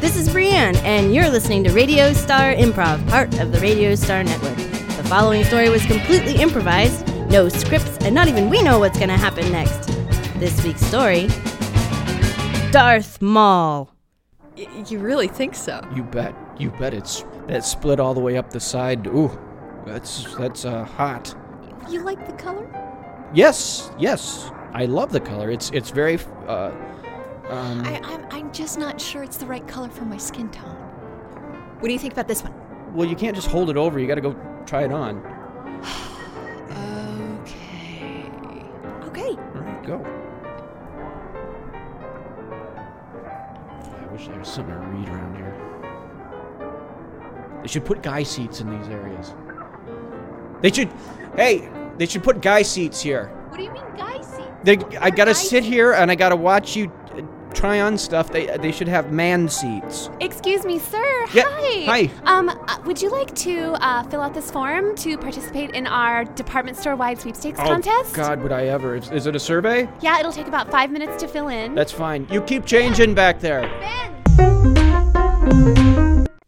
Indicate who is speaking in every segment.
Speaker 1: This is Brienne, and you're listening to Radio Star Improv, part of the Radio Star Network. The following story was completely improvised, no scripts, and not even we know what's going to happen next. This week's story Darth Maul.
Speaker 2: Y- you really think so?
Speaker 3: You bet. You bet it's that split all the way up the side. Ooh, that's that's uh, hot.
Speaker 2: You like the color?
Speaker 3: Yes, yes. I love the color. It's it's very. Uh, um,
Speaker 4: I, I'm, I'm just not sure it's the right color for my skin tone. What do you think about this one?
Speaker 3: well, you can't just hold it over. You got to go try it on.
Speaker 2: Okay.
Speaker 4: Okay.
Speaker 3: All right, go. I wish there was something to read around here. They should put guy seats in these areas. They should. Hey, they should put guy seats here.
Speaker 4: What do you mean, guy seat?
Speaker 3: They, I gotta sit here and I gotta watch you uh, try on stuff. They uh, they should have man seats.
Speaker 5: Excuse me, sir.
Speaker 3: Yeah,
Speaker 5: Hi.
Speaker 3: hi.
Speaker 5: Um, uh, would you like to uh, fill out this form to participate in our department store-wide sweepstakes contest?
Speaker 3: Oh God, would I ever? Is, is it a survey?
Speaker 5: Yeah, it'll take about five minutes to fill in.
Speaker 3: That's fine. You keep changing back there.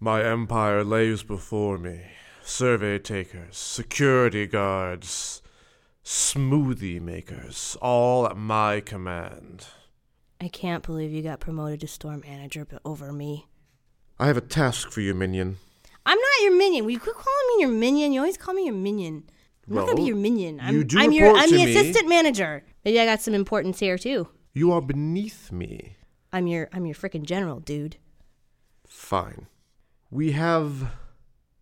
Speaker 6: My empire lays before me survey takers, security guards, smoothie makers, all at my command.
Speaker 1: I can't believe you got promoted to store manager but over me.
Speaker 6: I have a task for you, minion.
Speaker 1: I'm not your minion. Will you quit calling me your minion? You always call me your minion. I'm not gonna be
Speaker 6: Well,
Speaker 1: your minion. I'm,
Speaker 6: you do
Speaker 1: I'm your
Speaker 6: report
Speaker 1: I'm
Speaker 6: to
Speaker 1: the
Speaker 6: me.
Speaker 1: assistant manager. Maybe I got some importance here too.
Speaker 6: You are beneath me.
Speaker 1: I'm your I'm your freaking general, dude.
Speaker 6: Fine. We have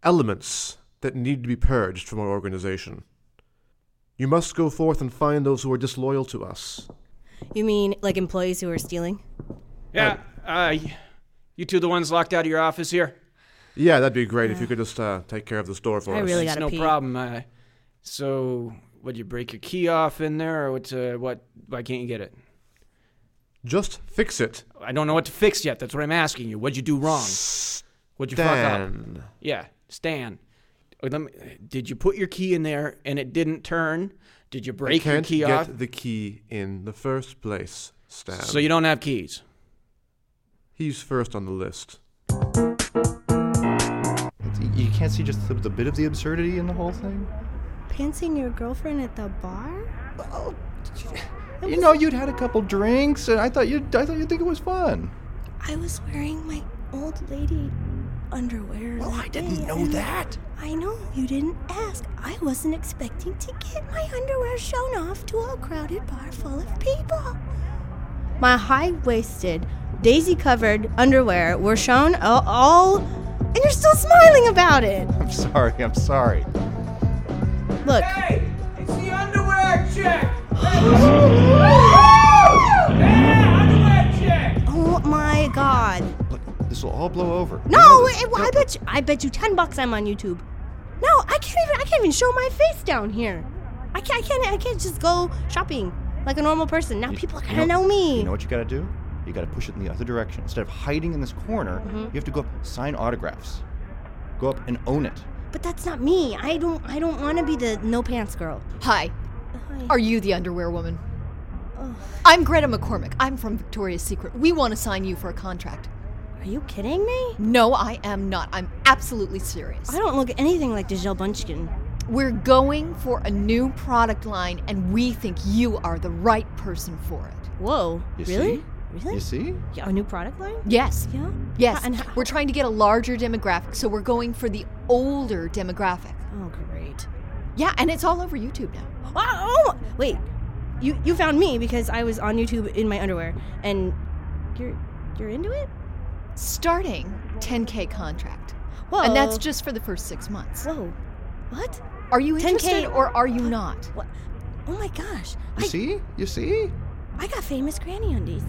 Speaker 6: elements that need to be purged from our organization. You must go forth and find those who are disloyal to us.
Speaker 1: You mean like employees who are stealing?
Speaker 3: Yeah. Uh, you two, the ones locked out of your office here.
Speaker 6: Yeah, that'd be great if you could just uh, take care of this door for
Speaker 1: I
Speaker 6: us.
Speaker 1: really
Speaker 3: It's
Speaker 1: gotta
Speaker 3: no
Speaker 1: pee.
Speaker 3: problem. Uh, so, would you break your key off in there, or what? Uh, what? Why can't you get it?
Speaker 6: Just fix it.
Speaker 3: I don't know what to fix yet. That's what I'm asking you. What'd you do wrong? What'd you fuck up?
Speaker 6: Dan.
Speaker 3: Yeah, Stan. Uh, Let me, did you put your key in there and it didn't turn? Did you break
Speaker 6: you
Speaker 3: your
Speaker 6: can't
Speaker 3: key
Speaker 6: get
Speaker 3: off?
Speaker 6: the key in the first place, Stan.
Speaker 3: So you don't have keys.
Speaker 6: He's first on the list.
Speaker 7: You can't see just the, the bit of the absurdity in the whole thing?
Speaker 1: Pantsing your girlfriend at the bar?
Speaker 7: You know, you'd had a couple drinks, and I thought you'd, I thought you'd think it was fun.
Speaker 1: I was wearing my old lady underwear. Well, Oh, I didn't
Speaker 7: Oh, know that.
Speaker 1: I know you didn't ask. I wasn't expecting to get my underwear shown off to a crowded bar full of people. My high waisted, daisy covered underwear were shown all, all, and you're still smiling about it.
Speaker 7: I'm sorry, I'm sorry.
Speaker 1: Look,
Speaker 8: Hey, it's the underwear check. Yeah, underwear check.
Speaker 1: oh my god.
Speaker 7: Look, this will all blow over. You know
Speaker 1: No,
Speaker 7: this.
Speaker 1: it, I bet you, I bet you ten bucks I'm on YouTube. No, I can't even I can't even show my face down here. I can't I can't I can't just go shopping like a normal person. Now
Speaker 7: You-
Speaker 1: people are
Speaker 7: you
Speaker 1: gonna know, me.
Speaker 7: You know what you gotta do? You gotta push it in the other direction. Instead of hiding in this corner,
Speaker 1: Mm-hmm.
Speaker 7: you have to go up, sign autographs, go up and own it.
Speaker 1: But that's not me. I don't I don't want to be the no pants girl.
Speaker 4: Hi.
Speaker 1: Hi.
Speaker 4: Are you the underwear woman? I'm Greta McCormick. I'm from Victoria's Secret. We want to sign you for a contract.
Speaker 1: Are you kidding me?
Speaker 4: No, I am not. I'm absolutely serious.
Speaker 1: I don't look anything like Giselle Bunchkin.
Speaker 4: We're going for a new product line, and we think you are the right person for it.
Speaker 1: Whoa,
Speaker 7: You
Speaker 1: really?
Speaker 7: see?
Speaker 1: Really?
Speaker 7: You see?
Speaker 1: Yeah, our new product line?
Speaker 4: Yes.
Speaker 1: Yeah.
Speaker 4: Yes.
Speaker 1: And h-
Speaker 4: We're trying to get a larger demographic, so we're going for the older demographic.
Speaker 1: oh great.
Speaker 4: Yeah, and it's all over YouTube now.
Speaker 1: Oh, oh wait, you you found me because I was on YouTube in my underwear, and you're you're into it.
Speaker 4: Starting 10K contract.
Speaker 1: Whoa.
Speaker 4: And that's just for the first six months.
Speaker 1: Whoa. What?
Speaker 4: Are you
Speaker 1: 10K
Speaker 4: interested or are you not?
Speaker 1: What? Oh my gosh.
Speaker 7: You
Speaker 1: I,
Speaker 7: see? You see?
Speaker 1: I got famous granny undies.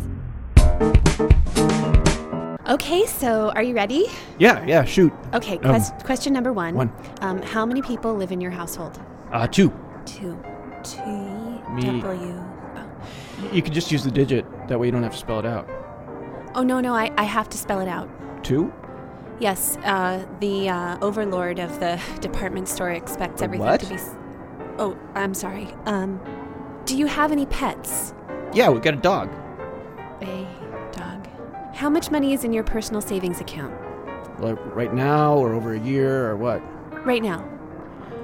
Speaker 5: Okay, so are you ready?
Speaker 3: Yeah, yeah. Shoot.
Speaker 5: Okay,
Speaker 3: Um,
Speaker 5: quest, question number one.
Speaker 3: one.
Speaker 5: Um, how many people live in your household?
Speaker 3: Uh, two.
Speaker 5: Two. T
Speaker 3: Me.
Speaker 5: W.
Speaker 3: You could just use the digit. That way you don't have to spell it out.
Speaker 5: Oh no, no, I, I have to spell it out.
Speaker 3: Two.
Speaker 5: Yes, uh, the uh, overlord of the department store expects
Speaker 3: The
Speaker 5: everything
Speaker 3: what?
Speaker 5: to be. S- oh, I'm sorry. Um, do you have any pets?
Speaker 3: Yeah, we got a dog.
Speaker 5: A dog. How much money is in your personal savings account
Speaker 3: Like right now, or over a year, or what?
Speaker 5: right now?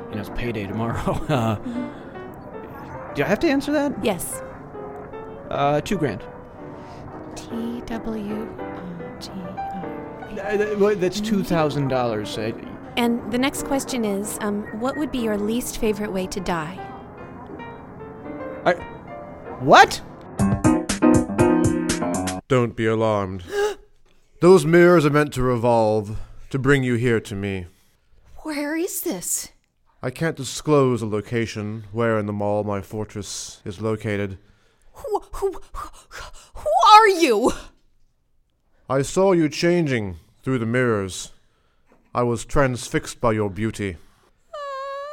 Speaker 3: You know, it's payday tomorrow. uh, do I have to answer that?
Speaker 5: Yes.
Speaker 3: Uh, two grand.
Speaker 5: T W O G R.
Speaker 3: Uh, That's two thousand dollars.
Speaker 5: And the next question is um, what would be your least favorite way to die?
Speaker 3: What?
Speaker 6: Don't be alarmed. Those mirrors are meant to revolve, to bring you here to me.
Speaker 4: Where is this?
Speaker 6: I can't disclose a location where in the mall my fortress is located.
Speaker 4: Who, who, who, who are you?
Speaker 6: I saw you changing through the mirrors. I was transfixed by your beauty.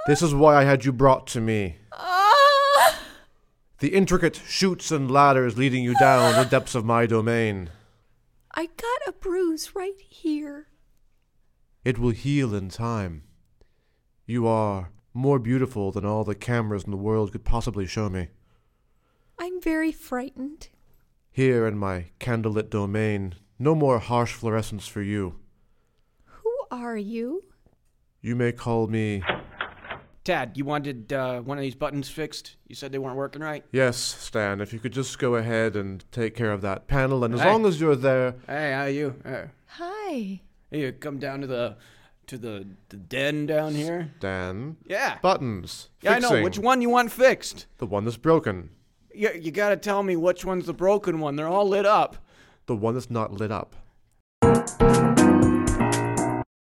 Speaker 6: This is why I had you brought to me.
Speaker 4: Ah!
Speaker 6: The intricate chutes and ladders leading you down the depths of my domain.
Speaker 4: I got a bruise right here.
Speaker 6: It will heal in time. You are more beautiful than all the cameras in the world could possibly show me.
Speaker 4: I'm very frightened.
Speaker 6: Here in my candlelit domain, no more harsh fluorescence for you.
Speaker 4: Who are you?
Speaker 6: You may call me.
Speaker 3: Tad, you wanted uh, one of these buttons fixed. You said they weren't working right.
Speaker 6: Yes, Stan, if you could just go ahead and take care of that panel, and as
Speaker 3: Hey.
Speaker 6: long as you're there,
Speaker 3: Hey, how you? Uh,
Speaker 4: Hi.
Speaker 3: you come down to the to the, the den down here.
Speaker 6: Dan.
Speaker 3: Yeah.
Speaker 6: Buttons.
Speaker 3: yeah, I know.
Speaker 6: Fixing.
Speaker 3: Which one you want fixed?
Speaker 6: The one that's broken.
Speaker 3: You, you gotta tell me which one's the broken one. They're all lit up.
Speaker 6: The one that's not lit up.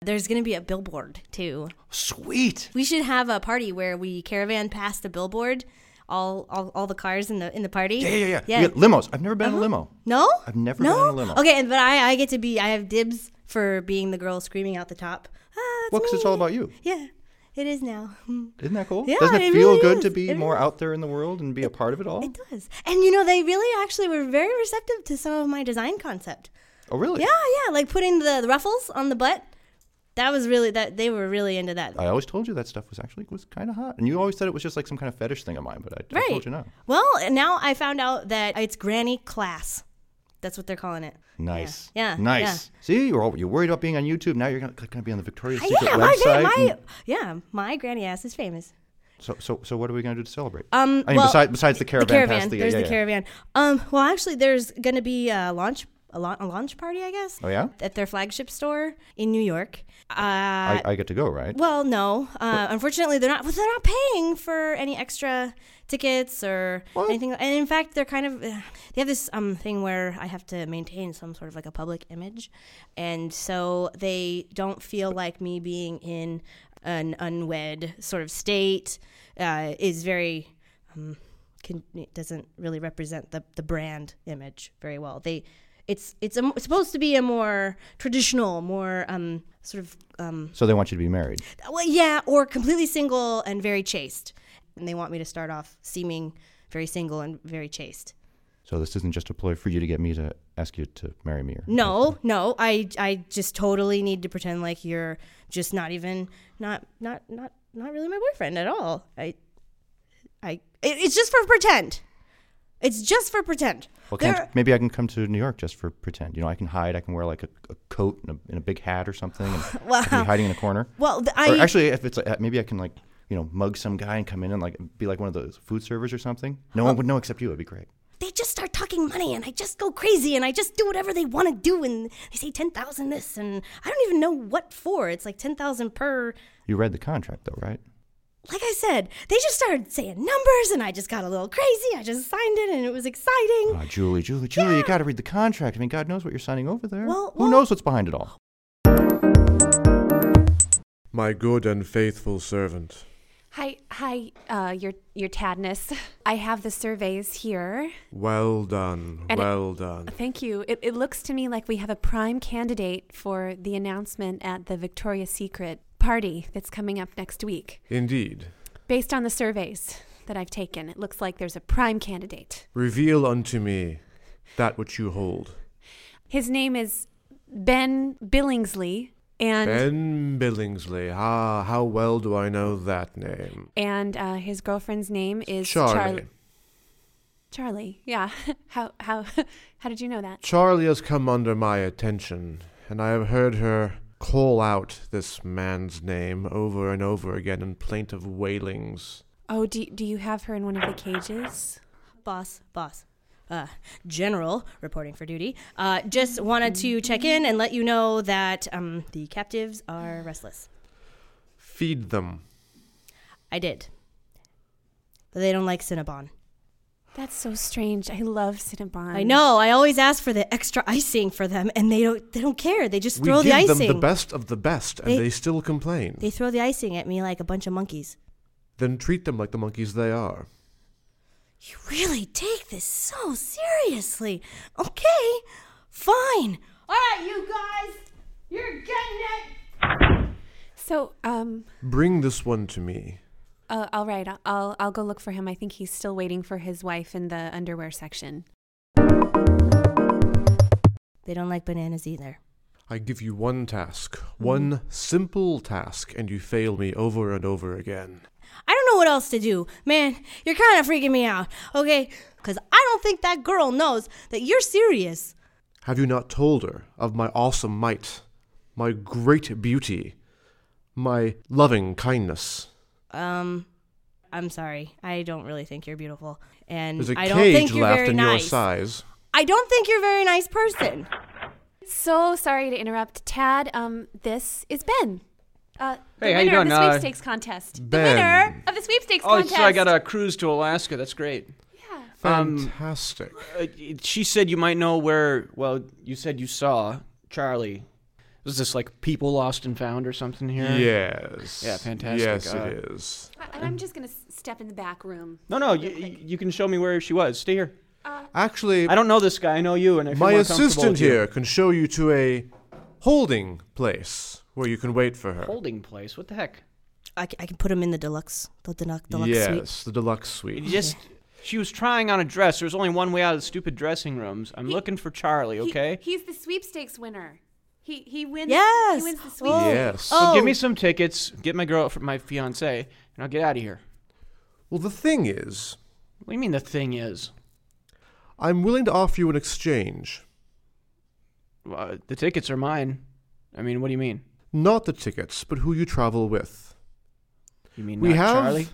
Speaker 1: There's going to be a billboard too.
Speaker 3: Sweet.
Speaker 1: We should have a party where we caravan past the billboard, all all, all the cars in the in the party.
Speaker 7: Yeah, yeah, yeah. We got limos. I've never been
Speaker 1: Uh-huh.
Speaker 7: in a limo.
Speaker 1: No?
Speaker 7: I've never
Speaker 1: no?
Speaker 7: been in a limo.
Speaker 1: Okay, and- but I, I get to be I have dibs for being the girl screaming out the top. Ah, it's
Speaker 7: Well, 'cause it's
Speaker 1: me."
Speaker 7: all about you.
Speaker 1: Yeah. It is now.
Speaker 7: Isn't that cool?
Speaker 1: Yeah,
Speaker 7: Doesn't it,
Speaker 1: it
Speaker 7: feel
Speaker 1: really
Speaker 7: good
Speaker 1: is.
Speaker 7: to be
Speaker 1: It
Speaker 7: more
Speaker 1: is.
Speaker 7: out there in the world and be a part of it all?
Speaker 1: It does. And you know, they really actually were very receptive to some of my design concept.
Speaker 7: oh, really?
Speaker 1: Yeah, yeah, like putting the, the ruffles on the butt. That was really that they were really into that.
Speaker 7: I always told you that stuff was actually was kind of hot, and you always said it was just like some kind of fetish thing of mine. But I, I told you no.
Speaker 1: Well, and now I found out that it's granny class. That's what they're calling it.
Speaker 7: Nice.
Speaker 1: Yeah,
Speaker 7: Nice. See, you're all, you're worried about being on YouTube. Now you're gonna, gonna be on the Victoria's
Speaker 1: Yeah,
Speaker 7: Secret
Speaker 1: my,
Speaker 7: website.
Speaker 1: my
Speaker 7: and-
Speaker 1: yeah, my granny ass is famous.
Speaker 7: so, so, so what are we gonna do to celebrate?
Speaker 1: Um,
Speaker 7: I mean,
Speaker 1: well,
Speaker 7: besides besides the caravan,
Speaker 1: the caravan.
Speaker 7: past the,
Speaker 1: there's
Speaker 7: yeah,
Speaker 1: the
Speaker 7: yeah.
Speaker 1: caravan. Um, well, actually, there's gonna be a launch a, la- a launch party, I guess,
Speaker 7: Oh yeah,
Speaker 1: at their flagship store in New York. Uh,
Speaker 7: I, I get to go, right?
Speaker 1: well, no, uh, unfortunately, they're not. Well, they're not paying for any extra tickets or anything. And in fact, they're kind of uh, they have this um thing where I have to maintain some sort of like a public image, and so they don't feel like me being in an unwed sort of state uh, is very um, can, it doesn't really represent the, the brand image very well. They, it's it's, a, mo- it's supposed to be a more traditional, more um, sort of um,
Speaker 7: So they want you to be married.
Speaker 1: well, yeah, or completely single and very chaste. And they want me to start off seeming very single and very chaste.
Speaker 7: So this isn't just a ploy for you to get me to ask you to marry me. Or
Speaker 1: No, no, I I just totally need to pretend like you're just not even not not not not really my boyfriend at all. I I it, it's just for pretend. It's just for pretend.
Speaker 7: Well, can't,
Speaker 1: There-
Speaker 7: maybe I can come to New York just for pretend. You know, I can hide. I can wear like a, a coat and a, and a big hat or something. And I can be hiding in a corner.
Speaker 1: well, th-
Speaker 7: Or
Speaker 1: I
Speaker 7: actually, if it's like, maybe I can like you know mug some guy and come in and like be like one of those food servers or something. No one would know except you. It'd be great.
Speaker 1: they just start talking money and I just go crazy and I just do whatever they want to do and they say 10,000 this and I don't even know what for. It's like 10,000 per
Speaker 7: You read the contract though, right?
Speaker 1: like I said, they just started saying numbers and I just got a little crazy. I just signed it and it was exciting.
Speaker 7: Oh, Julie, Julie, Julie, you got to read the contract. I mean, God knows what you're signing over there.
Speaker 1: Well,
Speaker 7: Who
Speaker 1: well-
Speaker 7: knows what's behind it all?
Speaker 6: My good and faithful servant.
Speaker 5: Hi, hi, uh, your your tadness. I have the surveys here.
Speaker 6: Well done.
Speaker 5: And it-
Speaker 6: well done.
Speaker 5: Thank you. It, it looks to me like we have a prime candidate for the announcement at the Victoria's Secret party that's coming up next week.
Speaker 6: Indeed.
Speaker 5: Based on the surveys that I've taken, it looks like there's a prime candidate.
Speaker 6: Reveal unto me that which you hold.
Speaker 5: His name is Ben Billingsley, and
Speaker 6: Ben Billingsley. Ah, how well do I know that name?
Speaker 5: and uh, his girlfriend's name is
Speaker 6: Charlie.
Speaker 5: Charlie. Charlie, yeah. How how how did you know that?
Speaker 6: Charlie has come under my attention, and I have heard her call out this man's name over and over again in plaintive wailings.
Speaker 5: Oh, do do you have her in one of the cages?
Speaker 1: Boss, boss. Uh, General, reporting for duty. Uh, just wanted to check in and let you know that um, the captives are restless.
Speaker 6: Feed them.
Speaker 1: I did. But they don't like Cinnabon.
Speaker 5: That's so strange. I love Cinnabon.
Speaker 1: I know. I always ask for the extra icing for them, and they don't. They don't care. They just
Speaker 6: We
Speaker 1: throw
Speaker 6: give
Speaker 1: the icing.
Speaker 6: them the best of the best, and
Speaker 1: They-
Speaker 6: they, still complain.
Speaker 1: They throw the icing at me like a bunch of monkeys.
Speaker 6: then treat them like the monkeys they are.
Speaker 1: You really take this so seriously. Okay, fine. All right, you guys, you're getting it.
Speaker 5: So, um,
Speaker 6: Bring this one to me.
Speaker 5: uh, all right, I'll I'll go look for him. I think he's still waiting for his wife in the underwear section.
Speaker 1: They don't like bananas either.
Speaker 6: I give you one task,
Speaker 3: Hmm.
Speaker 6: one simple task, and you fail me over and over again.
Speaker 1: I don't know what else to do. Man, you're kind of freaking me out, okay? Because I don't think that girl knows that you're serious.
Speaker 6: Have you not told her of my awesome might, my great beauty, my loving kindness?
Speaker 1: Um, I'm sorry. I don't really think you're beautiful. And
Speaker 6: There's a
Speaker 1: I don't think
Speaker 6: cage
Speaker 1: you're
Speaker 6: left
Speaker 1: very
Speaker 6: in your
Speaker 1: nice.
Speaker 6: size.
Speaker 1: I don't think you're a very nice person.
Speaker 5: So sorry to interrupt, Tad. Um, this is Ben. Uh, the
Speaker 3: Hey, how you
Speaker 5: winner
Speaker 3: doing?
Speaker 5: Of the
Speaker 3: Uh,
Speaker 5: sweepstakes contest.
Speaker 6: Ben.
Speaker 5: The winner of the sweepstakes
Speaker 3: Oh,
Speaker 5: contest.
Speaker 3: so I got a cruise to Alaska. That's great. Um,
Speaker 6: Fantastic.
Speaker 3: Uh, she said you might know where. Well, you said you saw Charlie. Was this like people lost and found or something here?
Speaker 6: yes.
Speaker 3: Yeah, fantastic.
Speaker 6: Yes,
Speaker 3: Uh,
Speaker 6: it is.
Speaker 5: And I'm just gonna s- step in the back room.
Speaker 3: No, no. You, you can show me where she was. Stay here.
Speaker 6: Actually,
Speaker 3: I don't know this guy. I know you. And I feel
Speaker 6: my
Speaker 3: more comfortable
Speaker 6: assistant
Speaker 3: with you.
Speaker 6: here can show you to a holding place where you can wait for her.
Speaker 3: Holding place. What the heck?
Speaker 1: I, c- I can put him in the deluxe, the deluxe, deluxe
Speaker 6: yes,
Speaker 1: suite.
Speaker 6: the deluxe
Speaker 3: You
Speaker 6: suite.
Speaker 3: Just. She was trying on a dress. There's only one way out of the stupid dressing rooms. I'm looking for Charlie.
Speaker 5: He-
Speaker 3: Okay.
Speaker 5: he's the sweepstakes winner. He he wins.
Speaker 1: Yes.
Speaker 5: He wins the sweep.
Speaker 1: Oh.
Speaker 6: Yes.
Speaker 1: Oh.
Speaker 3: So give me some tickets. Get my girl, my fiance, and I'll get out of here.
Speaker 6: Well, the thing is,
Speaker 3: What do you mean the thing is?
Speaker 6: I'm willing to offer you an exchange.
Speaker 3: Uh, the tickets are mine. I mean, what do you mean?
Speaker 6: Not the tickets, but who you travel with.
Speaker 3: You mean
Speaker 6: we
Speaker 3: not
Speaker 6: have
Speaker 3: Charlie?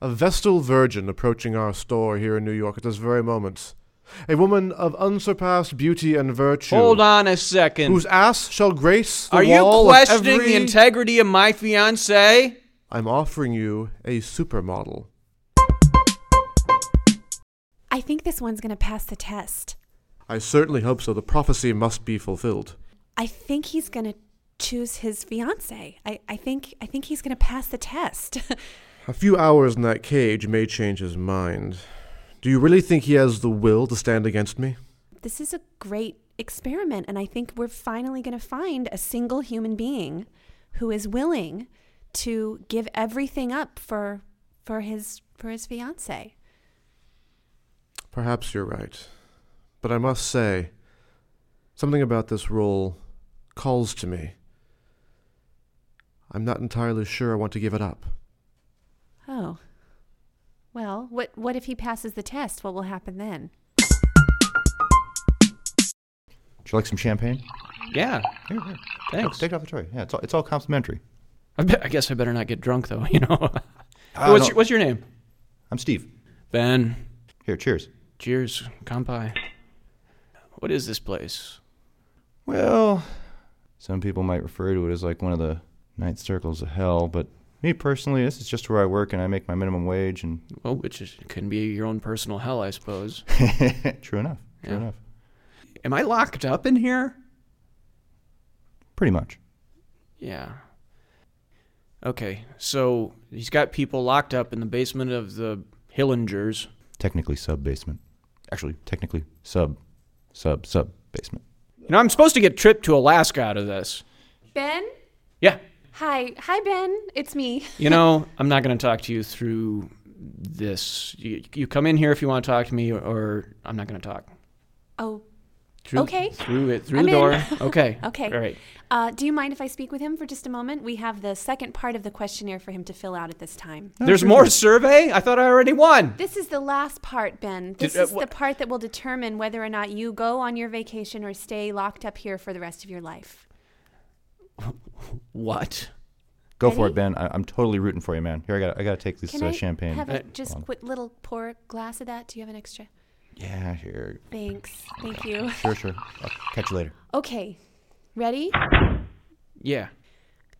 Speaker 6: a Vestal Virgin approaching our store here in New York at this very moment. A woman of unsurpassed beauty and virtue.
Speaker 3: Hold on a second.
Speaker 6: Whose ass shall grace the
Speaker 3: Are you
Speaker 6: wall of
Speaker 3: questioning
Speaker 6: every-
Speaker 3: the integrity of my fiance?
Speaker 6: I'm offering you a supermodel.
Speaker 5: I think this one's gonna pass the test.
Speaker 6: I certainly hope so. The prophecy must be fulfilled.
Speaker 5: I think he's gonna choose his fiance. I, I think I think he's gonna pass the test.
Speaker 6: A few hours in that cage may change his mind. Do you really think he has the will to stand against me?
Speaker 5: this is a great experiment, and I think we're finally gonna find a single human being who is willing to give everything up for for his for his fiance.
Speaker 6: Perhaps you're right. But I must say, something about this role calls to me. I'm not entirely sure I want to give it up.
Speaker 5: Oh. Well, what what if he passes the test? What will happen then?
Speaker 7: Would you like some champagne?
Speaker 3: Yeah.
Speaker 7: Here, here.
Speaker 3: Thanks.
Speaker 7: Take it off the tray. Yeah, it's all, it's all complimentary.
Speaker 3: I, bet, I guess I better not get drunk though. You know.
Speaker 7: Ah,
Speaker 3: Uh, what's,
Speaker 7: no.
Speaker 3: your, what's your name?
Speaker 7: I'm Steve.
Speaker 3: Ben.
Speaker 7: Here, cheers.
Speaker 3: Cheers. Kampai. What is this place?
Speaker 7: Well, some people might refer to it as like one of the ninth circles of hell, but me personally, this is just where I work and I make my minimum wage, and
Speaker 3: Well, which is, can be your own personal hell, I suppose.
Speaker 7: true enough, true
Speaker 3: Yeah.
Speaker 7: enough,
Speaker 3: Am I locked up in here?
Speaker 7: pretty much.
Speaker 3: Yeah. Okay, so he's got people locked up in the basement of the Hillingers.
Speaker 7: Technically sub basement, actually technically sub, sub sub basement.
Speaker 3: You know, I'm supposed to get tripped to Alaska out of this.
Speaker 5: Ben?
Speaker 3: Yeah.
Speaker 5: Hi. Hi Ben. It's me.
Speaker 3: You know, I'm not going to talk to you through this. You, you come in here if you want to talk to me, or I'm not going to talk.
Speaker 5: Oh,
Speaker 3: Through,
Speaker 5: Okay.
Speaker 3: Through it. Through
Speaker 5: I'm
Speaker 3: the
Speaker 5: in.
Speaker 3: door. Okay.
Speaker 5: Okay.
Speaker 3: All right.
Speaker 5: Uh, do you mind if I speak with him for just a moment? We have the second part of the questionnaire for him to fill out at this time.
Speaker 3: There's more survey. I thought I already won.
Speaker 5: This is the last part, Ben. This
Speaker 3: Did- uh,
Speaker 5: is the
Speaker 3: what-
Speaker 5: part that will determine whether or not you go on your vacation or stay locked up here for the rest of your life.
Speaker 3: What?
Speaker 7: Go for it, Ben. I, I'm totally rooting for you, man. Here, I got. I got to take this
Speaker 5: Can
Speaker 7: uh,
Speaker 5: I
Speaker 7: champagne.
Speaker 5: have a
Speaker 3: Uh,
Speaker 5: just quick little pour glass of that? Do you have an extra?
Speaker 7: yeah, here.
Speaker 5: Thanks. Thank you.
Speaker 7: Sure, sure. I'll catch you later.
Speaker 5: Okay. Ready?
Speaker 3: Yeah.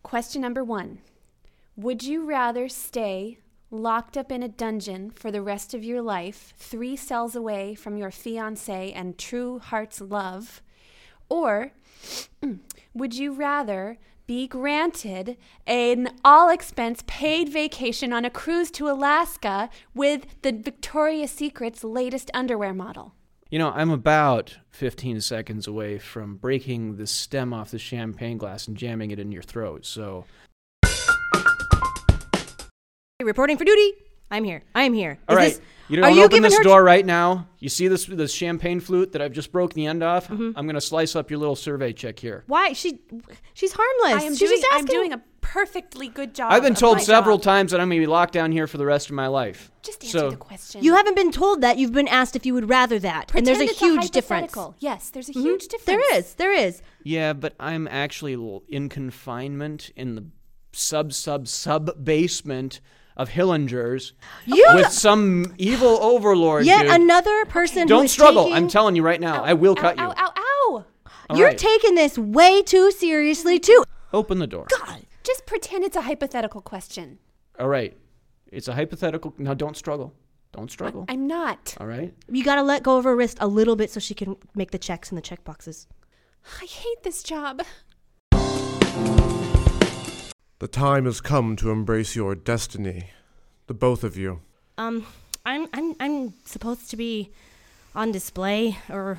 Speaker 5: Question number one Would you rather stay locked up in a dungeon for the rest of your life, three cells away from your fiance and true heart's love? Or mm, would you rather be granted an all expense paid vacation on a cruise to Alaska with the Victoria's Secret's latest underwear model?
Speaker 3: You know, I'm about 15 seconds away from breaking the stem off the champagne glass and jamming it in your throat. So,
Speaker 1: Reporting for duty. I'm here. I am here.
Speaker 3: all right,
Speaker 1: Is this-
Speaker 3: you
Speaker 1: are
Speaker 3: don't
Speaker 1: you
Speaker 3: open
Speaker 1: giving
Speaker 3: this
Speaker 1: her-
Speaker 3: door right now. You see this this champagne flute that I've just broke the end off.
Speaker 5: Mm-hmm.
Speaker 3: I'm gonna slice up your little survey check here.
Speaker 1: Why she? She's harmless.
Speaker 5: I am
Speaker 1: She's
Speaker 5: doing,
Speaker 1: just
Speaker 5: I'm
Speaker 1: asking.
Speaker 5: doing a perfectly good job.
Speaker 3: I've been
Speaker 5: of
Speaker 3: told
Speaker 5: my
Speaker 3: several
Speaker 5: job.
Speaker 3: times that I'm gonna be locked down here for the rest of my life.
Speaker 5: Just answer
Speaker 3: so,
Speaker 5: the question.
Speaker 1: You haven't been told that. You've been asked if you would rather that, and there's
Speaker 5: Pretend
Speaker 1: a
Speaker 5: it's
Speaker 1: huge difference.
Speaker 5: hypothetical. Yes, there's a
Speaker 3: Mm-hmm.
Speaker 1: Mhm.
Speaker 5: huge difference.
Speaker 1: There is. There is.
Speaker 3: Yeah, but I'm actually l- in confinement in the sub sub sub basement of Hillinger's
Speaker 1: You
Speaker 3: with some evil overlord.
Speaker 1: yet
Speaker 3: dude.
Speaker 1: another person. who
Speaker 3: Don't
Speaker 1: is
Speaker 3: struggle.
Speaker 1: Taking,
Speaker 3: I'm telling you right now. I will cut
Speaker 5: ow,
Speaker 3: you.
Speaker 5: Ow, ow,
Speaker 3: All
Speaker 1: You're
Speaker 3: right.
Speaker 1: taking this way too seriously too.
Speaker 3: Open the door.
Speaker 5: ow. Just pretend it's a hypothetical question.
Speaker 3: All right. It's a hypothetical. Now, don't struggle. Don't struggle.
Speaker 5: I'm not.
Speaker 3: All right.
Speaker 1: You gotta let go of her wrist a little bit so she can make the checks and the check boxes.
Speaker 5: I hate this job.
Speaker 6: The time has come to embrace your destiny, the both of you.
Speaker 1: Um, I'm I'm I'm supposed to be on display or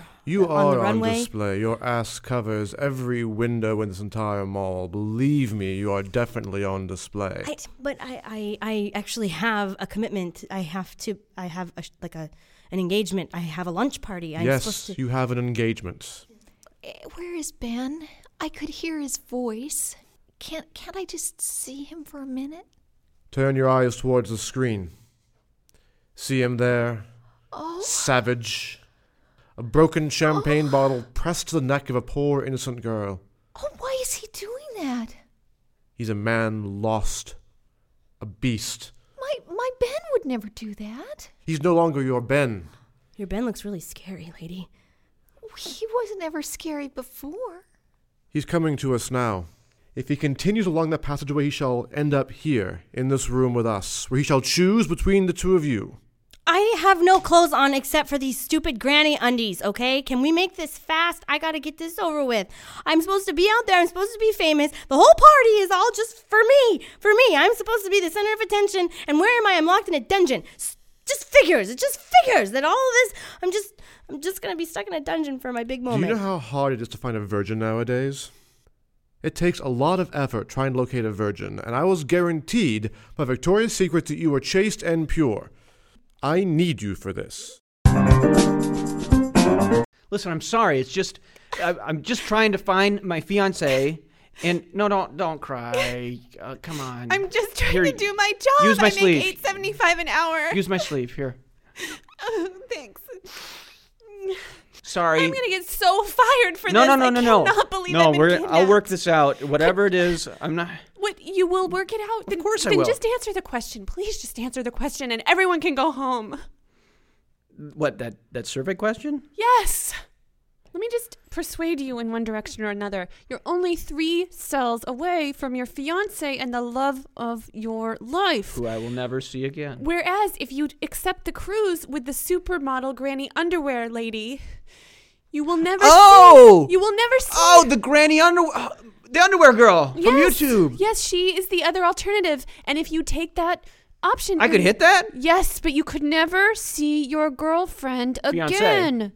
Speaker 1: on
Speaker 6: You
Speaker 1: the
Speaker 6: are on
Speaker 1: runway.
Speaker 6: display. Your ass covers every window in this entire mall. Believe me, you are definitely on display.
Speaker 1: I, but I, I I actually have a commitment. I have to. I have a, sh- like a an engagement. I have a lunch party. I'm supposed
Speaker 6: yes,
Speaker 1: to.
Speaker 6: you have an engagement.
Speaker 4: Eh, Where is Ben? I could hear his voice. Can't can't I just see him for a minute?
Speaker 6: Turn your eyes towards the screen. See him there. Savage. A broken champagne bottle pressed to the neck of a poor innocent girl.
Speaker 4: Oh, why is he doing that?
Speaker 6: He's a man lost. A beast.
Speaker 4: My my Ben would never do that.
Speaker 6: He's no longer your Ben.
Speaker 1: Your Ben looks really scary, lady.
Speaker 4: He wasn't ever scary before.
Speaker 6: He's coming to us now. If he continues along that passageway, he shall end up here, in this room with us, where he shall choose between the two of you.
Speaker 1: I have no clothes on except for these stupid granny undies. Okay, can we make this fast? I gotta get this over with. I'm supposed to be out there. I'm supposed to be famous. The whole party is all just for me. For me, I'm supposed to be the center of attention. And where am I? I'm locked in a dungeon. S- just figures. It just figures that all of this. I'm just. I'm just gonna be stuck in a dungeon for my big moment.
Speaker 6: Do you know how hard it is to find a virgin nowadays? It takes a lot of effort trying to locate a virgin, and I was guaranteed by Victoria's Secret that you were chaste and pure. I need you for this.
Speaker 3: Listen, I'm sorry. It's just, I, I'm just trying to find my fiance. And no, don't don't cry. Uh, come on.
Speaker 2: I'm just trying
Speaker 3: Here,
Speaker 2: to do my job.
Speaker 3: use my
Speaker 2: I
Speaker 3: sleeve.
Speaker 2: make eight seventy five an hour.
Speaker 3: Use my sleeve here.
Speaker 2: Oh, thanks.
Speaker 3: Sorry.
Speaker 2: I'm gonna get so fired for
Speaker 3: no,
Speaker 2: this.
Speaker 3: no, no,
Speaker 2: I
Speaker 3: no, no,
Speaker 2: cannot believe
Speaker 3: no.
Speaker 2: I've been
Speaker 3: we're. I'll
Speaker 2: kidnapped.
Speaker 3: work this out. Whatever it is, I'm not.
Speaker 5: What you will work it out. Then,
Speaker 3: course I
Speaker 5: then
Speaker 3: will.
Speaker 5: just answer the question. Please just answer the question and everyone can go home.
Speaker 3: What that that survey question?
Speaker 5: Yes. Let me just persuade you in one direction or another. You're only three cells away from your fiance and the love of your life.
Speaker 3: Who I will never see again.
Speaker 5: Whereas if you accept the cruise with the supermodel granny underwear lady, you will never
Speaker 3: Oh!
Speaker 5: see, you will never see
Speaker 3: Oh, the granny underwear, the underwear girl from
Speaker 5: Yes.
Speaker 3: YouTube.
Speaker 5: Yes, she is the other alternative. And if you take that option
Speaker 3: I could
Speaker 5: you're-
Speaker 3: hit that.
Speaker 5: Yes, but you could never see your girlfriend
Speaker 3: Fiancé.
Speaker 5: again.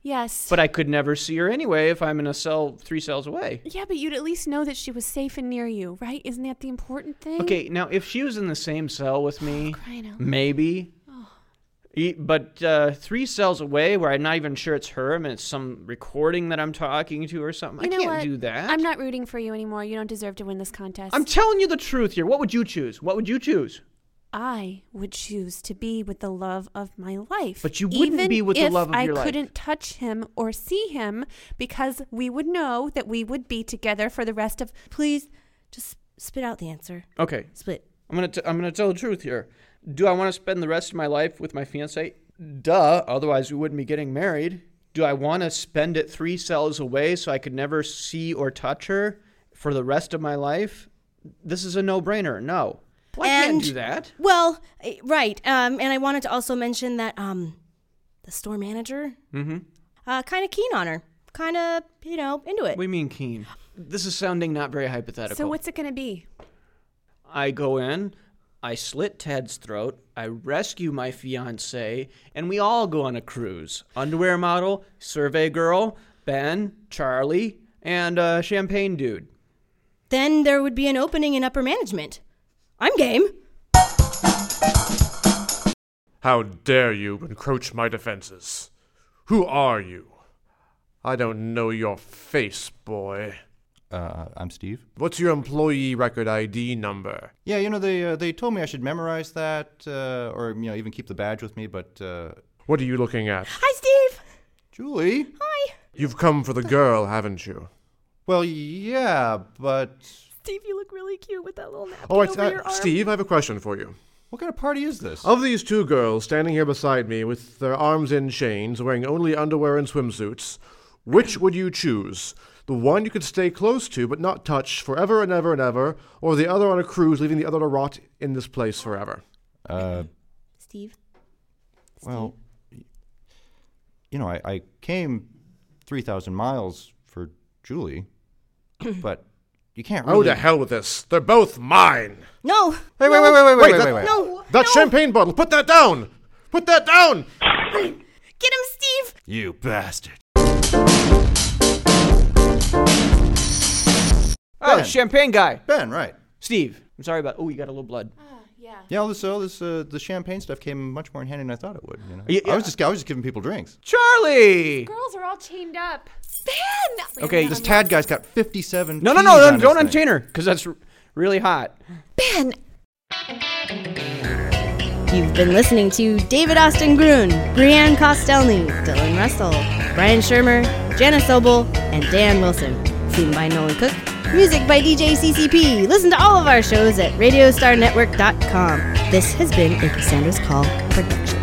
Speaker 5: Yes.
Speaker 3: But I could never see her anyway if I'm in a cell three cells away.
Speaker 5: yeah, but you'd at least know that she was safe and near you, right? Isn't that the important thing? Oh,
Speaker 3: Okay, now if she was in the same cell with me,
Speaker 5: Crying out loud.
Speaker 3: maybe. E- But uh, three cells away, where I'm not even sure it's her, and it's some recording that I'm talking to or something. I
Speaker 5: You know
Speaker 3: can't
Speaker 5: what?
Speaker 3: do that.
Speaker 5: I'm not rooting for you anymore. You don't deserve to win this contest.
Speaker 3: I'm telling you the truth here. What would you choose? What would you choose?
Speaker 5: I would choose to be with the love of my life.
Speaker 3: But you wouldn't
Speaker 5: even
Speaker 3: be with the
Speaker 5: if
Speaker 3: love of
Speaker 5: I
Speaker 3: your life.
Speaker 5: couldn't touch him or see him because we would know that we would be together for the rest of.
Speaker 1: Please, just spit out the answer.
Speaker 3: Okay,
Speaker 1: Split.
Speaker 3: I'm gonna t- I'm gonna tell the truth here. Do I want to spend the rest of my life with my fiance? Duh. Otherwise, we wouldn't be getting married. Do I want to spend it three cells away so I could never see or touch her for the rest of my life? This is a no-brainer. No, well, I
Speaker 1: And-
Speaker 3: can't do that.
Speaker 1: Well, eh, right. Um, and I wanted to also mention that um, the store manager, mm-hmm. uh, kind of keen on her, kind of you know into it.
Speaker 3: We mean keen. This is sounding not very hypothetical.
Speaker 5: So what's it going to be?
Speaker 3: I go in, I slit Ted's throat, I rescue my fiance, and we all go on a cruise. Underwear model, survey girl, Ben, Charlie, and uh, champagne dude.
Speaker 1: then there would be an opening in upper management. I'm game.
Speaker 6: How dare you encroach my defenses? Who are you? I don't know your face, boy.
Speaker 7: Uh, I'm Steve.
Speaker 6: What's your employee record ID number?
Speaker 7: Yeah, you know they uh, they told me I should memorize that, uh, or you know even keep the badge with me. But uh,
Speaker 6: What are you looking at?
Speaker 1: Hi, Steve.
Speaker 7: Julie,
Speaker 1: Hi.
Speaker 6: You've come for the girl, haven't you?
Speaker 7: well, yeah, but
Speaker 4: Steve, you look really cute with that little napkin
Speaker 6: Oh, it's,
Speaker 4: over your
Speaker 6: uh,
Speaker 4: arm.
Speaker 6: Steve, I have a question for you.
Speaker 7: what kind of party is this?
Speaker 5: Oh,
Speaker 6: Of these two girls standing here beside me with their arms in chains, wearing only underwear and swimsuits, which would you choose? The one you could stay close to but not touch forever and ever and ever, or the other on a cruise, leaving the other to rot in this place forever?
Speaker 7: Uh,
Speaker 1: Steve.
Speaker 7: well, you know I, I came three thousand miles for Julie, but you can't. Really...
Speaker 6: Oh, to hell with this. They're both mine.
Speaker 1: No.
Speaker 7: Hey, wait, wait, wait, wait, wait,
Speaker 6: Wait,
Speaker 7: wait,
Speaker 6: that-
Speaker 7: wait, wait.
Speaker 1: No.
Speaker 6: That champagne bottle, put that down! Put that down!
Speaker 1: Get him, Steve.
Speaker 7: You bastard.
Speaker 3: Oh,
Speaker 7: Ben.
Speaker 3: champagne guy.
Speaker 7: Ben, right?
Speaker 3: Steve. I'm sorry about. Oh, you got a little blood.
Speaker 7: Yeah, all this, all this, uh, the champagne stuff came much more in handy than I thought it would. You know,
Speaker 3: Yeah,
Speaker 7: I was just, I was just giving people drinks.
Speaker 3: Charlie.
Speaker 5: Girls are all chained up.
Speaker 4: Ben!
Speaker 3: Okay.
Speaker 7: This
Speaker 3: Just
Speaker 7: Tad guy's got fifty-seven.
Speaker 3: no, no,
Speaker 7: keys
Speaker 3: no.
Speaker 7: on
Speaker 3: Don't, don't
Speaker 7: his thing.
Speaker 3: unchain her because that's r- really hot.
Speaker 4: Ben!
Speaker 1: You've been listening to David Austin Grun, Brianne Costellini, Dylan Russell, Brian Shermer, Janice Sobel, and Dan Wilson. Theme by Nolan Cook. Music by DJ CCP. Listen to all of our shows at RadiostarNetwork.com. This has been a Cassandra's Call production.